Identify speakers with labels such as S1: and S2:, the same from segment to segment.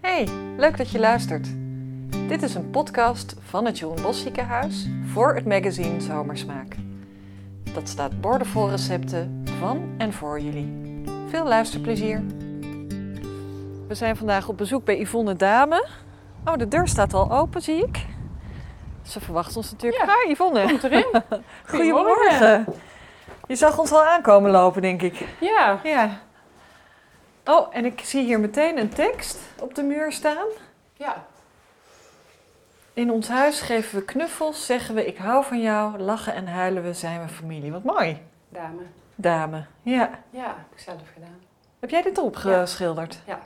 S1: Hey, leuk dat je luistert. Dit is een podcast van het Jeroen Bos Ziekenhuis voor het magazine Zomersmaak. Dat staat boordevol recepten van en voor jullie. Veel luisterplezier. We zijn vandaag op bezoek bij Yvonne Dame. Oh, de deur staat al open, zie ik. Ze verwacht ons natuurlijk.
S2: Ja.
S1: Daar, Yvonne.
S2: Komt erin.
S1: Goedemorgen. Je zag ons al aankomen lopen, denk ik.
S2: Ja.
S1: Ja. Oh, en ik zie hier meteen een tekst op de muur staan.
S2: Ja.
S1: In ons huis geven we knuffels, zeggen we ik hou van jou, lachen en huilen we, zijn we familie. Wat mooi,
S2: Dame.
S1: dame. Ja.
S2: Ja, heb ik zelf gedaan.
S1: Heb jij dit opgeschilderd?
S2: Ja.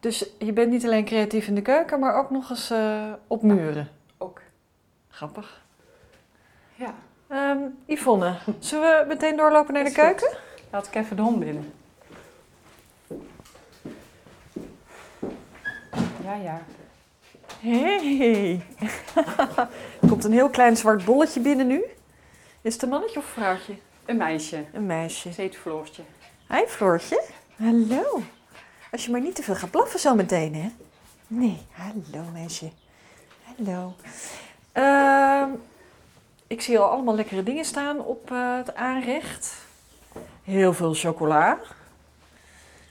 S1: Dus je bent niet alleen creatief in de keuken, maar ook nog eens eh, op muren.
S2: Ook.
S1: Grappig.
S2: Ja.
S1: Ehm, Yvonne, zullen we meteen doorlopen naar de
S2: Is goed.
S1: keuken?
S2: Laat ik even de hond binnen. Ja, ja.
S1: Hey. er komt een heel klein zwart bolletje binnen nu. Is het een mannetje of een vrouwtje?
S2: Een meisje.
S1: Een meisje.
S2: Ze heet Floortje.
S1: Hi Floortje. Hallo. Als je maar niet te veel gaat blaffen zo meteen, hè? Nee, hallo meisje. Hallo. Ehm, ik zie al allemaal lekkere dingen staan op eh, het aanrecht. Heel veel chocola.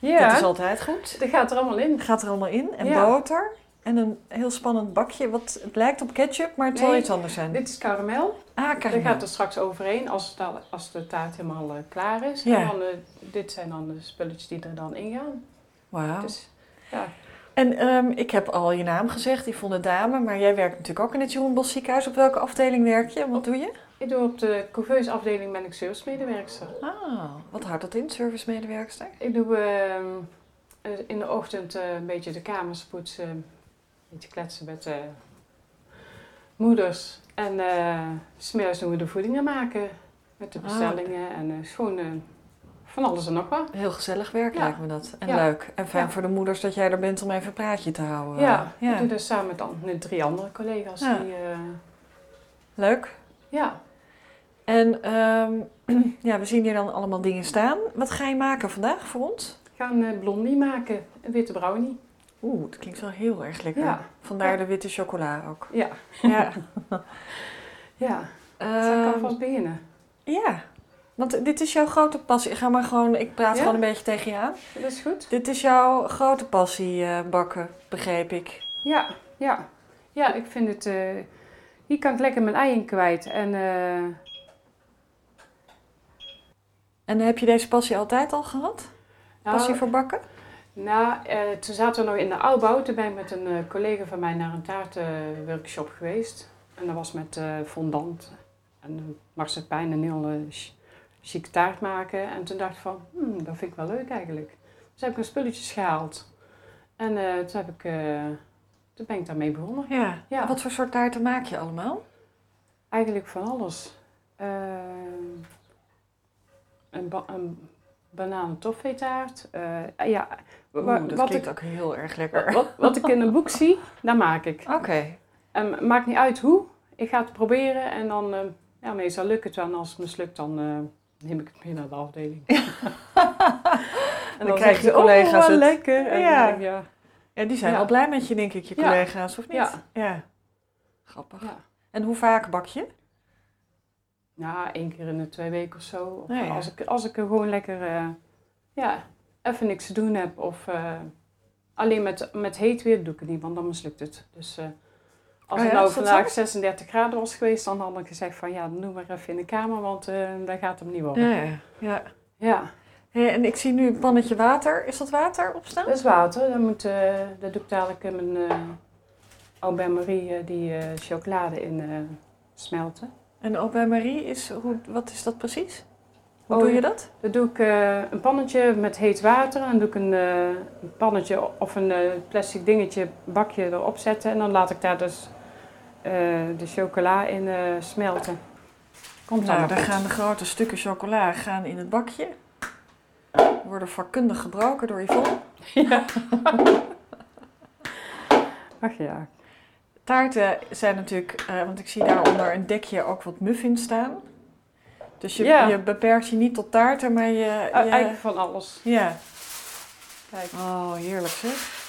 S1: Dat is altijd goed.
S2: Dat gaat er allemaal in.
S1: Gaat er allemaal in. En
S2: Ja.
S1: boter. En een heel spannend bakje. Wat, het lijkt op ketchup, maar het zal
S2: Nee.
S1: iets anders zijn.
S2: Dit is karamel.
S1: Ah,
S2: Dat
S1: karamel.
S2: gaat dus- er straks overheen als, het al- als de taart helemaal eh, klaar is.
S1: Ja.
S2: En dan, eh, dit zijn dan de spulletjes die er dan in gaan.
S1: Wauw.
S2: Dus, ja.
S1: En ehm, ik heb al je naam gezegd, Yvonne Dame. Maar jij werkt natuurlijk ook in het Jeroen Bos ziekenhuis. Op welke afdeling werk je? en Wat doe je?
S2: Ik doe op de couveusafdeling ben ik servicemedewerkster.
S1: Ah, wat houdt dat in, servicemedewerkster?
S2: Ik doe ehm, eh, in de ochtend eh, een beetje de kamers poetsen, een beetje kletsen met eh, moeders. En eh, s smiddags doen we de voedingen maken met de
S1: Ah.
S2: bestellingen en eh, schoenen, van alles en nog wat.
S1: Heel gezellig werk
S2: Ja.
S1: lijkt me dat. En
S2: Ja.
S1: leuk. En fijn
S2: Ja.
S1: voor de moeders dat jij er bent om even een praatje te houden.
S2: ja, ik doe dat samen met dan, met drie andere collega's.
S1: Oh, eh, Ja.
S2: Die, eh,
S1: Leuk.
S2: ja.
S1: En ehm, ja, we zien hier dan allemaal dingen staan. Wat ga je maken vandaag voor ons?
S2: We gaan eh, blondie maken, een witte brownie.
S1: Oeh, dat klinkt wel heel erg lekker.
S2: Ja.
S1: Vandaar
S2: Ja.
S1: de witte chocola ook.
S2: Ja,
S1: Ja.
S2: ja. Zal ik
S1: Ehm,
S2: alvast beginnen?
S1: ja. Want dit is jouw grote passie. Ga maar gewoon, ik praat
S2: Ja?
S1: gewoon een beetje tegen je aan.
S2: Dat is goed.
S1: Dit is jouw grote passie, eh, bakken, begreep ik.
S2: Ja, ja. Ja, ik vind het... eh, hier kan ik lekker mijn ei in kwijt. En eh,
S1: En heb je deze passie altijd al gehad?
S2: nou,
S1: Passie voor bakken?
S2: nou, eh, toen zaten we nog in de oudbouw. Toen ben ik met een eh, collega van mij naar een taartenworkshop geweest. En dat was met eh, fondant en marsepein een heel eh, ch- chique taart maken. En toen dacht ik van, hmm, dat vind ik wel leuk eigenlijk. Dus heb ik een spulletjes gehaald. En eh, toen, heb ik, eh, toen ben ik daarmee begonnen.
S1: Ja.
S2: Ja.
S1: Wat voor soort taarten maak je allemaal?
S2: Eigenlijk van alles. Ehm, een, ba een bananentoffeetaart. Eh, ja, wa-
S1: Oeh, dat
S2: wat,
S1: klinkt
S2: ik,
S1: ook heel erg lekker. Oké.
S2: wat, wat ik in een boek zie, dat maak ik. En maakt niet uit hoe. Ik ga het proberen en dan... eh, ja, meestal lukt het wel. En als het mislukt, dan eh, neem ik het mee naar de afdeling. en
S1: krijgen je
S2: zeggen ze,
S1: collega's
S2: oh, wat
S1: het."
S2: lekker. En
S1: Ja.
S2: ja. Denk, ik, ja,
S1: Ja, die zijn
S2: Ja.
S1: wel blij met je, denk ik, je
S2: Ja.
S1: collega's, of niet?
S2: Ja.
S1: Grappig.
S2: ja.
S1: En hoe vaak bak je?
S2: Nou, één keer in de twee weken of zo. Of
S1: Nou ja.
S2: als, ik, als ik er gewoon lekker eh, ja, even niks te doen heb. Of eh, alleen met, met heet weer doe ik het niet, want dan mislukt het. Dus eh, als
S1: Oh
S2: het
S1: ja,
S2: nou
S1: is dat
S2: vandaag
S1: zo?
S2: 36 graden was geweest, dan had ik gezegd van ja, doe maar even in de kamer, want eh dat gaat hem niet worden. Ja,
S1: Ja. ja. Hé, en ik zie nu een pannetje water. Is dat water op staan?
S2: dat is water. Dan moet, eh, dat doe ik dadelijk in mijn eh au bain-marie eh, die eh, chocolade in eh, smelten.
S1: En ook bij Marie is, hoe, wat is dat precies? Hoe
S2: Oh,
S1: doe
S2: ja.
S1: je dat?
S2: Dan doe ik eh, een pannetje met heet water en doe ik een, eh, een pannetje of een eh, plastic dingetje, bakje erop zetten. En dan laat ik daar dus eh, de chocola in eh, smelten. Komt
S1: Nou,
S2: dan
S1: daar gaan de grote stukken chocola gaan in het bakje. Worden vakkundig gebroken door Yvonne.
S2: Ja. Ach ja.
S1: Taarten zijn natuurlijk, eh, want ik zie daaronder een dekje ook wat muffins staan. Dus je,
S2: Ja.
S1: je beperkt je niet tot taarten, maar je... je-
S2: Eh, Eigenlijk van alles.
S1: ja.
S2: Kijk.
S1: Oh, heerlijk zeg.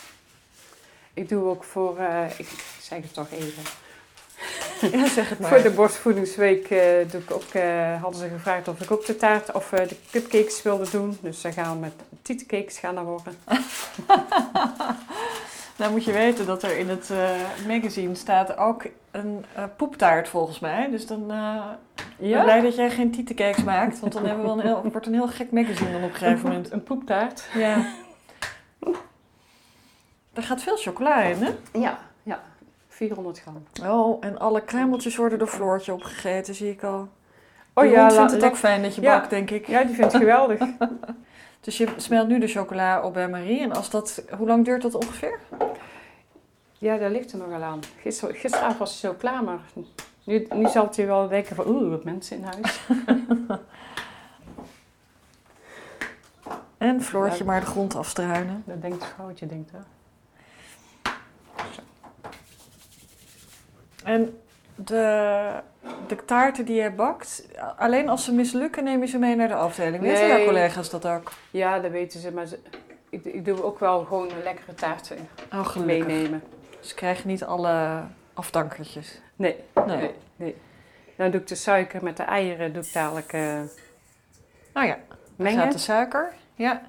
S2: Ik doe ook voor, eh, ik zeg het toch even,
S1: Ja, zeg het maar.
S2: voor de borstvoedingsweek eh, doe ik ook, eh, hadden ze gevraagd of ik ook de taart of eh, de cupcakes wilde doen. Dus ze gaan met tietcakes gaan er worden.
S1: Nou moet je weten dat er in het eh, magazine staat ook een eh, poeptaart volgens mij. Dus dan eh ik ben blij dat jij geen tietencakes maakt. Want dan hebben we wel een heel, wordt een heel gek magazine dan op een gegeven moment.
S2: Een poeptaart.
S1: Ja. Er gaat veel chocola in, hè?
S2: Ja, ja. 400 gram.
S1: Oh, en alle kruimeltjes worden door Floortje opgegeten, zie ik al.
S2: Oh
S1: De
S2: ja,
S1: hond vindt het
S2: la-
S1: ook fijn dat je
S2: Ja.
S1: bakt, denk ik.
S2: ja, die vindt het geweldig.
S1: Dus je smelt nu de chocola op bij Marie. En als dat, hoe lang duurt dat ongeveer?
S2: Ja, daar ligt er nogal aan. Gister, gisteravond was hij zo klaar, maar nu, nu zal hij wel denken van oeh, wat mensen in huis.
S1: En Floortje
S2: Ja.
S1: maar de grond afstruinen.
S2: Dat denkt het vrouwtje, denkt hè.
S1: En de, de taarten die jij bakt, alleen als ze mislukken neem je ze mee naar de afdeling. Weten
S2: Nee.
S1: jouw collega's dat ook?
S2: Ja, dat weten ze, maar ze- ik, ik doe ook wel gewoon een lekkere taarten
S1: Oh,
S2: meenemen.
S1: Ze krijgen niet alle afdankertjes.
S2: Nee,
S1: Nee.
S2: nee, nee. Dan doe ik de suiker met de eieren, doe ik dadelijk eh
S1: Nou ja, er
S2: mengen.
S1: gaat de suiker. Ja.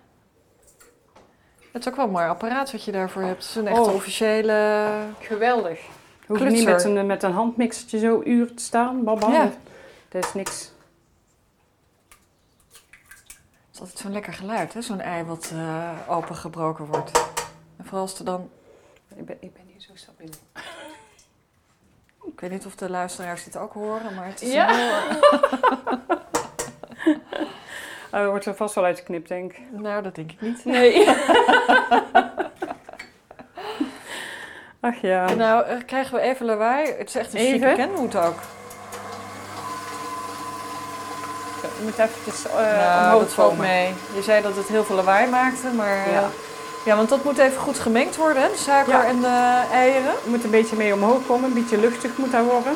S1: Het is ook wel een mooi apparaat wat je daarvoor hebt. Het is een echt
S2: Oh.
S1: officiële...
S2: Geweldig. Hoef je
S1: Klutser.
S2: niet met een, met een handmixertje zo uur te staan, babam.
S1: Ja.
S2: Dat is niks.
S1: Het is altijd zo'n lekker geluid, hè? Zo'n ei wat eh, opengebroken wordt. En vooral als er dan...
S2: Ik ben, ik ben hier zo stabiel.
S1: Ik weet niet of de luisteraars dit ook horen, maar het is
S2: Ja.
S1: een heel...
S2: Oh, dat wordt er vast wel uitgeknipt, denk ik.
S1: Nou, dat denk ik niet.
S2: Nee. Ach ja.
S1: Nou, eh, krijgen we even lawaai. Het is echt een
S2: Even.
S1: chique kenmoed ook.
S2: Je moet eventjes eh
S1: nou,
S2: omhoog
S1: dat valt
S2: komen.
S1: mee. Je zei dat het heel veel lawaai maakte, maar... Ja,
S2: Ja.
S1: ja want dat moet even goed gemengd worden, hè? De suiker
S2: Ja.
S1: en de eieren.
S2: Je moet een beetje mee omhoog komen. Een beetje luchtig moet dat worden.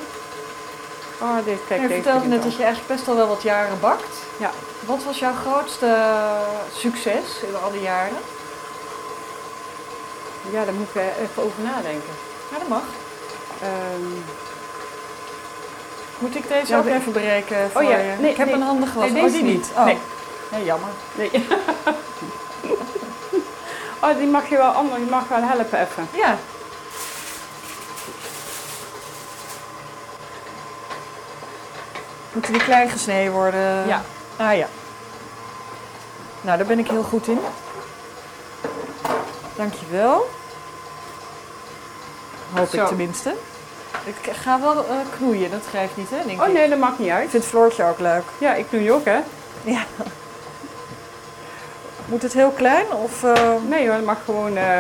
S2: Oh, dit, kijk,
S1: je
S2: deze
S1: vertelde
S2: begint
S1: net dat je eigenlijk best al wel wat jaren bakt.
S2: Ja.
S1: Wat was jouw grootste eh, succes in al die jaren?
S2: al. Ja, daar moet ik eh, even over nadenken.
S1: Ja, dat mag.
S2: Ehm,
S1: Moet ik deze
S2: Ja,
S1: ook
S2: de-
S1: even breken voor
S2: ja.
S1: je?
S2: Nee,
S1: ik heb
S2: nee.
S1: een handige was.
S2: Nee, deze
S1: oh, die
S2: niet.
S1: niet. Oh.
S2: Nee.
S1: Nee, jammer.
S2: nee. oh, die mag je wel anders. Je mag wel helpen even.
S1: Ja. Moeten die klein gesneden worden?
S2: Ja.
S1: Ah ja. Nou, daar ben ik heel goed in. Dankjewel. Hoop
S2: Zo.
S1: ik tenminste. Ik ga wel eh, knoeien, dat geeft niet hè, denk
S2: Oh
S1: ik.
S2: nee, dat maakt niet
S1: Ik
S2: uit.
S1: vind Floortje ook leuk.
S2: Ja, ik doe je ook, hè.
S1: Moet het heel klein of... eh,
S2: Nee hoor, het mag gewoon... eh,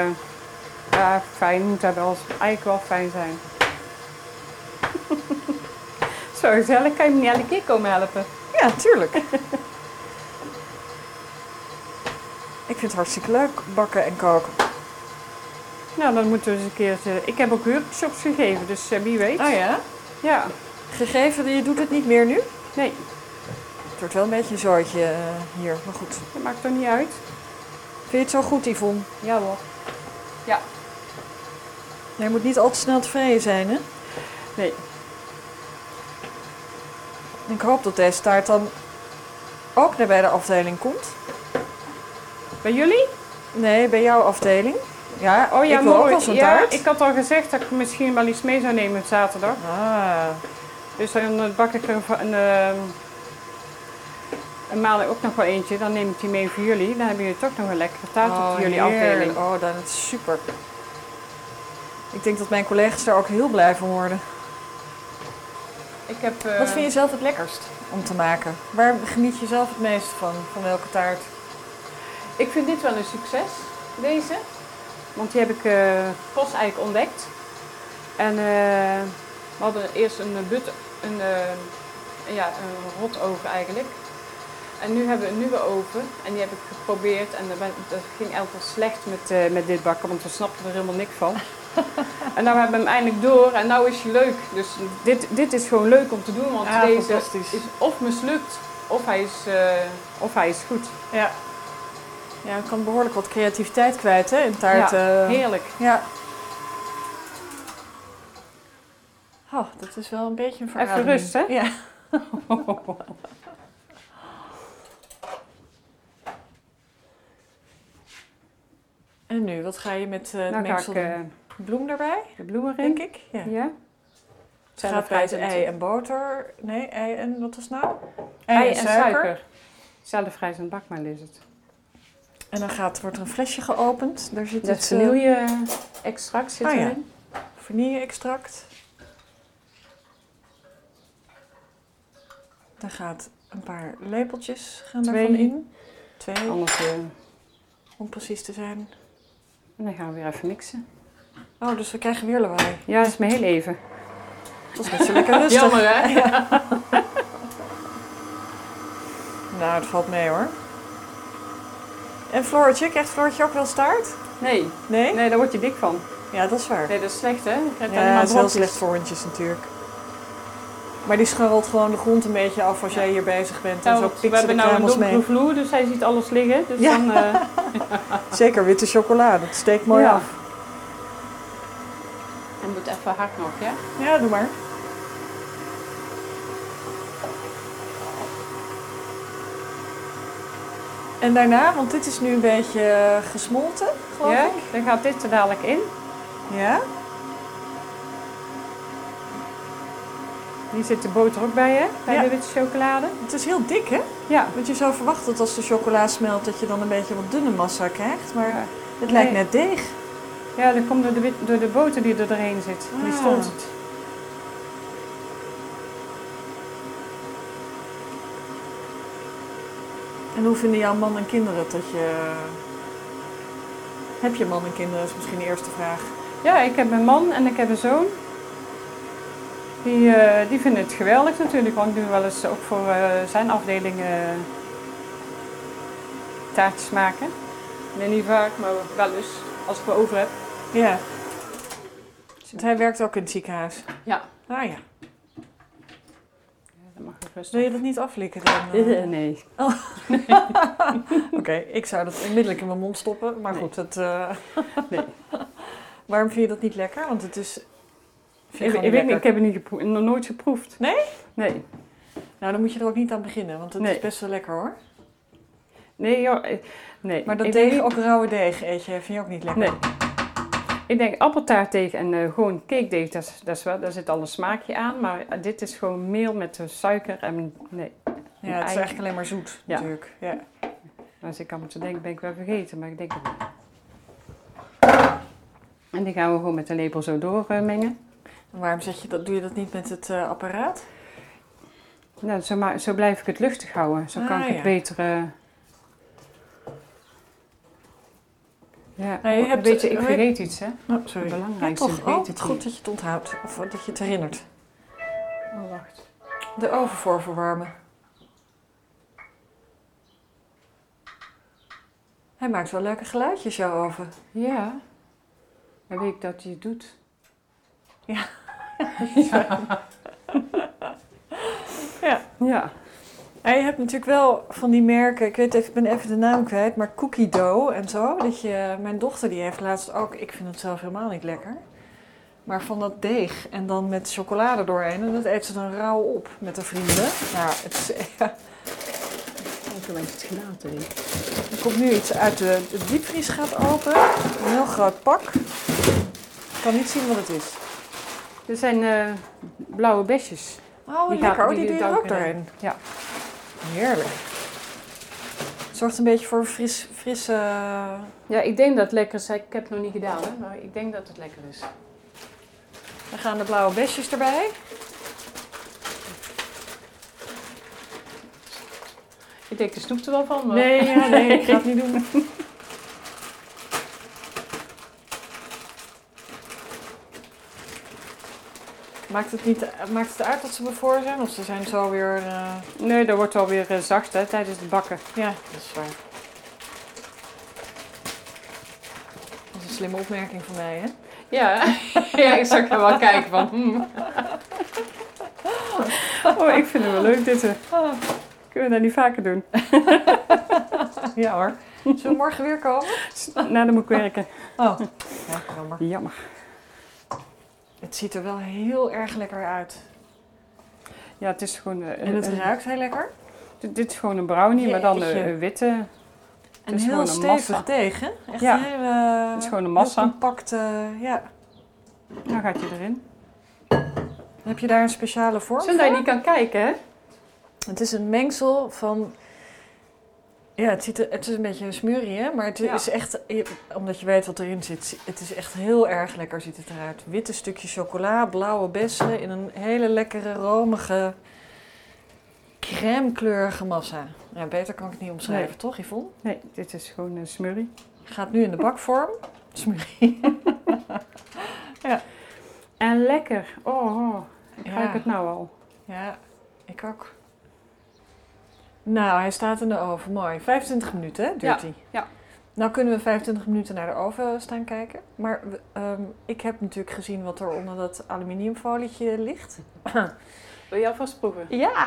S2: ja, fijn moet dat wel, eigenlijk wel fijn zijn. Zo gezellig, kan je me niet elke keer komen helpen?
S1: Ja, tuurlijk. ik vind het hartstikke leuk, bakken en koken.
S2: Nou, dan moeten we eens een keer... eh, ik heb ook workshops gegeven, dus eh, wie weet.
S1: Oh ja?
S2: Ja,
S1: Gegeven, je doet het niet meer nu?
S2: nee,
S1: Het wordt wel een beetje een zooitje eh, hier, maar goed.
S2: dat maakt toch niet uit?
S1: Vind je het zo goed, Yvonne?
S2: Ja hoor.
S1: Nee, je moet niet al te snel tevreden zijn, hè?
S2: Nee.
S1: Ik hoop dat deze taart dan ook naar bij de afdeling komt.
S2: Bij jullie?
S1: Nee, bij jouw afdeling. Ja,
S2: Oh ja,
S1: ik wil ook
S2: mooi.
S1: wel zo'n
S2: ja,
S1: taart.
S2: ik had al gezegd dat ik misschien wel iets mee zou nemen zaterdag.
S1: Ah,
S2: Dus dan eh, bak ik er van- een, ehm, een maandag ook nog wel eentje. Dan neem ik die mee voor jullie. Dan hebben jullie toch nog een lekkere taart
S1: oh,
S2: op jullie
S1: heerlijk.
S2: afdeling.
S1: Oh, dan is het super. Ik denk dat mijn collega's daar ook heel blij van worden.
S2: Ik heb,
S1: Wat vind je zelf het lekkerst om te maken? Waar geniet je zelf het meest van? Van welke taart?
S2: ik vind dit wel een succes, deze. Want die heb ik eh, pas eigenlijk ontdekt. En eh, we hadden eerst een eh, but, een, eh, ja, een rot oven eigenlijk. En nu hebben we een nieuwe oven en die heb ik geprobeerd. En dat, ben- dat ging elke keer slecht met, eh, met dit bakken, want we snapten er helemaal niks van. en nou hebben we hem eindelijk door en nou is hij leuk. Dus dit, dit is gewoon leuk om te doen, want
S1: Ah,
S2: deze
S1: fantastisch.
S2: is of mislukt of hij is, eh, of hij is goed.
S1: Ja. eh. Ja, ik kan behoorlijk wat creativiteit kwijt hè, in taarten.
S2: Heerlijk.
S1: Ja. Oh, dat is wel een beetje een
S2: Even
S1: verhaal.
S2: rust, hè?
S1: Ja. En nu, wat ga je met eh het
S2: Dan ga
S1: mengsel
S2: ik
S1: doen?
S2: eh,
S1: bloem erbij,
S2: de bloemen erin.
S1: denk ik? Ja.
S2: Ja.
S1: Het gaat bij het ei en boter. Nee, ei en wat was het nou?
S2: Ei en suiker. Zelfrijzend bakmeel is het.
S1: En dan gaat, wordt er een flesje geopend. Daar zit
S2: Dat
S1: het eh,
S2: vanille-extract zit
S1: Oh ja.
S2: erin.
S1: vanille-extract. Daar gaat een paar lepeltjes gaan
S2: Twee.
S1: daarvan in. Twee,
S2: Anders, eh,
S1: om precies te zijn.
S2: en dan gaan we weer even mixen.
S1: Oh, dus we krijgen weer lawaai.
S2: Ja, dat is maar heel even.
S1: Dat is net zo lekker rustig.
S2: hè?
S1: Nou, het valt mee hoor. En Floortje, krijgt Floortje ook wel staart?
S2: Nee,
S1: Nee?
S2: nee, daar word je dik van.
S1: Ja, dat is waar.
S2: Nee, dat is slecht, hè? Je krijgt
S1: Ja,
S2: allemaal
S1: het is heel
S2: brokjes.
S1: slecht voor hondjes natuurlijk. Maar die scharrelt gewoon de grond een beetje af als
S2: Ja.
S1: jij hier bezig bent.
S2: Ja,
S1: En zo
S2: want
S1: pikt ze
S2: we
S1: de
S2: hebben nou een
S1: kruimels
S2: donkere
S1: mee.
S2: vloer, dus hij ziet alles liggen. Dus
S1: Ja.
S2: dan eh
S1: Zeker, witte chocolade. Het steekt mooi
S2: ja.
S1: af.
S2: En doet even hard nog, ja?
S1: Ja, doe maar. En daarna, want dit is nu een beetje eh, gesmolten, geloof
S2: ja?
S1: ik.
S2: Dan gaat dit er dadelijk in.
S1: Ja?
S2: Hier zit de boter ook bij, hè? Bij
S1: Ja.
S2: de witte chocolade.
S1: Het is heel dik, hè?
S2: Ja.
S1: Want je zou verwachten dat als de chocola smelt, dat je dan een beetje wat dunne massa krijgt. Maar
S2: Ja.
S1: het lijkt
S2: Nee.
S1: net deeg.
S2: Ja, dat komt door de, wit- door de boter die er doorheen zit. Die
S1: Ah.
S2: stond het.
S1: En hoe vinden jouw man en kinderen het dat je... Heb je man en kinderen, is misschien de eerste vraag.
S2: Ja, ik heb mijn man en ik heb een zoon. Die, eh, die vinden het geweldig natuurlijk, want ik doe wel eens ook voor eh, zijn afdeling eh, taartjes maken. Nee, niet vaak, maar wel eens, als ik er over heb.
S1: Ja. Want hij werkt ook in het ziekenhuis.
S2: Ja.
S1: Ah ja.
S2: Dat mag ik rustig.
S1: Wil je dat niet aflikken dan? eh?
S2: Eh, Nee.
S1: Oké, ik zou dat onmiddellijk in mijn mond stoppen. Maar
S2: Nee.
S1: goed, dat... eh,
S2: Nee.
S1: Waarom vind je dat niet lekker? Want het is... Vind je
S2: Ik,
S1: gewoon niet
S2: ik, weet niet, ik
S1: lekker.
S2: heb het niet gepro- nog nooit geproefd.
S1: Nee?
S2: Nee.
S1: Nou, dan moet je er ook niet aan beginnen. Want het
S2: Nee.
S1: is best wel lekker hoor.
S2: Nee, joh. eh, Nee.
S1: Maar dat
S2: Ik
S1: deeg,
S2: denk-
S1: ook rauwe deeg eet je, vind je ook niet lekker?
S2: Nee. Ik denk appeltaart tegen en eh, gewoon cake deeg, dat is, dat is wel, daar zit al een smaakje aan. Maar eh, dit is gewoon meel met eh, suiker en nee.
S1: Ja, het is eigenlijk alleen maar zoet
S2: Ja.
S1: natuurlijk. Ja.
S2: Als ik aan moet denken, ben ik wel vergeten, maar ik denk het niet. En die gaan we gewoon met een lepel zo doormengen.
S1: En Waarom zeg je dat? Doe je dat niet met het eh, apparaat?
S2: nou, zo, ma- zo blijf ik het luchtig houden. Zo kan
S1: Ah,
S2: ik het
S1: ja.
S2: beter... eh, Ja, Oh,
S1: Nou, je hebt-
S2: weet je, ik
S1: hoe
S2: vergeet iets, hè?
S1: Oh, sorry.
S2: Het
S1: Ja,
S2: belangrijkste,
S1: toch.
S2: ik
S1: Oh, het
S2: weet het
S1: goed
S2: niet.
S1: dat je het onthoudt. Of eh, dat je het herinnert.
S2: Oh, wacht.
S1: De oven voor verwarmen. Hij maakt wel leuke geluidjes, jouw oven.
S2: Ja, dan weet ik dat hij het doet.
S1: Ja.
S2: ja. Ja.
S1: En je hebt natuurlijk wel van die merken, ik weet even, ik ben even de naam kwijt, maar cookie dough en zo. Dat je, mijn dochter die heeft laatst ook, ik vind het zelf helemaal niet lekker. Maar van dat deeg en dan met chocolade doorheen. En dat eet ze dan rauw op met haar vrienden. Nou, het is, ja,
S2: Ik heb het gelaten.
S1: er komt nu iets uit de, de diepvries gaat open. Een heel groot pak. Ik kan niet zien wat het is.
S2: Dit zijn eh, blauwe besjes.
S1: Oh,
S2: Die
S1: lekker.
S2: gaat-
S1: oh, die,
S2: die
S1: doe je
S2: doet
S1: er
S2: ook
S1: ook doorheen.
S2: Ja.
S1: Heerlijk. Het zorgt een beetje voor een fris, frisse...
S2: Ja, ik denk dat het lekker is. Ik heb het nog niet gedaan, hè? maar ik denk dat het lekker is.
S1: Dan gaan de blauwe besjes erbij.
S2: Ik denk, de snoep er wel van. hoor.
S1: Nee, ja, nee, ik ga het niet doen. Maakt het, niet, maakt het uit dat ze bevroren zijn? Of ze zijn zo weer... eh,
S2: nee dat wordt alweer weer eh, zacht hè, tijdens het bakken.
S1: Ja, dat is waar. Dat is een slimme opmerking van mij, hè?
S2: Ja, ja ik zag er wel kijken van. hmm. Oh, ik vind het wel leuk dit. hè. Kunnen we dat niet vaker doen?
S1: Ja hoor. Zullen we morgen weer komen?
S2: Nou, dan moet ik werken.
S1: Oh, ja, jammer.
S2: Jammer.
S1: Het ziet er wel heel erg lekker uit.
S2: Ja, het is gewoon... eh,
S1: En het
S2: eh,
S1: ruikt heel lekker.
S2: dit, dit is gewoon een brownie, maar dan
S1: Jeetje.
S2: eh, een witte.
S1: En
S2: is
S1: heel
S2: gewoon een
S1: stevig
S2: massa.
S1: deeg, hè? Echt
S2: Ja,
S1: een hele...
S2: het is gewoon een massa.
S1: heel compacte... ja.
S2: Dan Nou, gaat je erin.
S1: Heb je daar een speciale vorm
S2: Zodat je
S1: voor?
S2: niet kan kijken, hè?
S1: Het is een mengsel van... Ja, het, ziet er, het is een beetje een smurrie, hè? Maar het
S2: Ja.
S1: is echt... je- Omdat je weet wat erin zit. Het is echt heel erg lekker, ziet het eruit. Witte stukjes chocola, blauwe bessen... in een hele lekkere, romige... crème-kleurige massa. Ja, beter kan ik het niet omschrijven,
S2: Nee.
S1: toch, Yvonne?
S2: Nee, dit is gewoon een smurrie.
S1: Gaat nu in de bakvorm. Smurrie.
S2: En lekker. Oh, oh. ik
S1: Ja.
S2: ruik het nou al.
S1: Ja, ik ook. Nou, hij staat in de oven. Mooi. 25 minuten, hè, duurt hij?
S2: ja.
S1: Nou kunnen we 25 minuten naar de oven staan kijken. Maar we- ehm, ik heb natuurlijk gezien wat er onder dat aluminiumfolietje ligt.
S2: Wil je alvast proeven?
S1: Ja!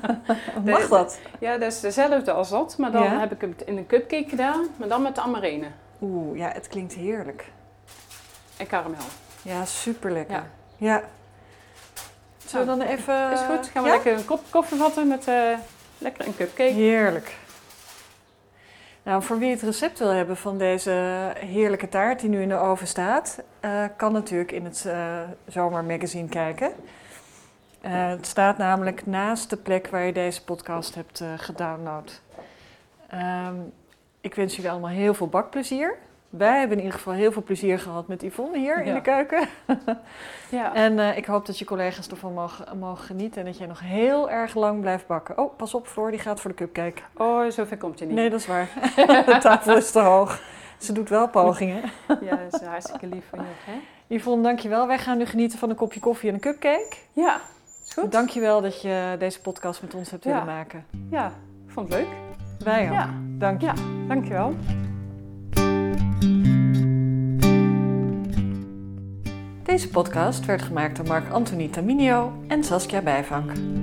S1: Mag dat?
S2: Ja, dat is dezelfde als dat, maar dan
S1: Ja.
S2: heb ik het in een cupcake gedaan, maar dan met amarene
S1: Oeh, ja, het klinkt heerlijk.
S2: en karamel.
S1: Ja, super lekker.
S2: Ja. Nou,
S1: Ja. Zullen we dan even...
S2: is goed, gaan we
S1: Eh, ja?
S2: lekker een kop koffie vatten met eh, lekker een cupcake.
S1: Heerlijk. Nou, voor wie het recept wil hebben van deze heerlijke taart die nu in de oven staat, eh, kan natuurlijk in het eh, zomermagazine kijken. Eh, het staat namelijk naast de plek waar je deze podcast hebt eh, gedownload. Ehm, ik wens jullie allemaal heel veel bakplezier. Wij hebben in ieder geval heel veel plezier gehad met Yvonne hier in
S2: Ja.
S1: de keuken.
S2: Ja.
S1: En eh, ik hoop dat je collega's ervan mogen, mogen genieten en dat jij nog heel erg lang blijft bakken. Oh, pas op, Floor, die gaat voor de cupcake.
S2: Oh, zover komt je niet.
S1: Nee, dat is waar. De tafel is te hoog. Ze doet wel pogingen.
S2: Ja, dat is hartstikke lief van je. Hè?
S1: Yvonne, dankjewel. Wij gaan nu genieten van een kopje koffie en een cupcake.
S2: Ja, is goed.
S1: Dankjewel dat je deze podcast met ons hebt
S2: Ja.
S1: willen maken.
S2: Ja, ik vond het leuk.
S1: Wij ook.
S2: Ja,
S1: Dank je.
S2: dankjewel.
S1: Deze podcast werd gemaakt door Mark Anthony Taminio en Saskia Bijvank.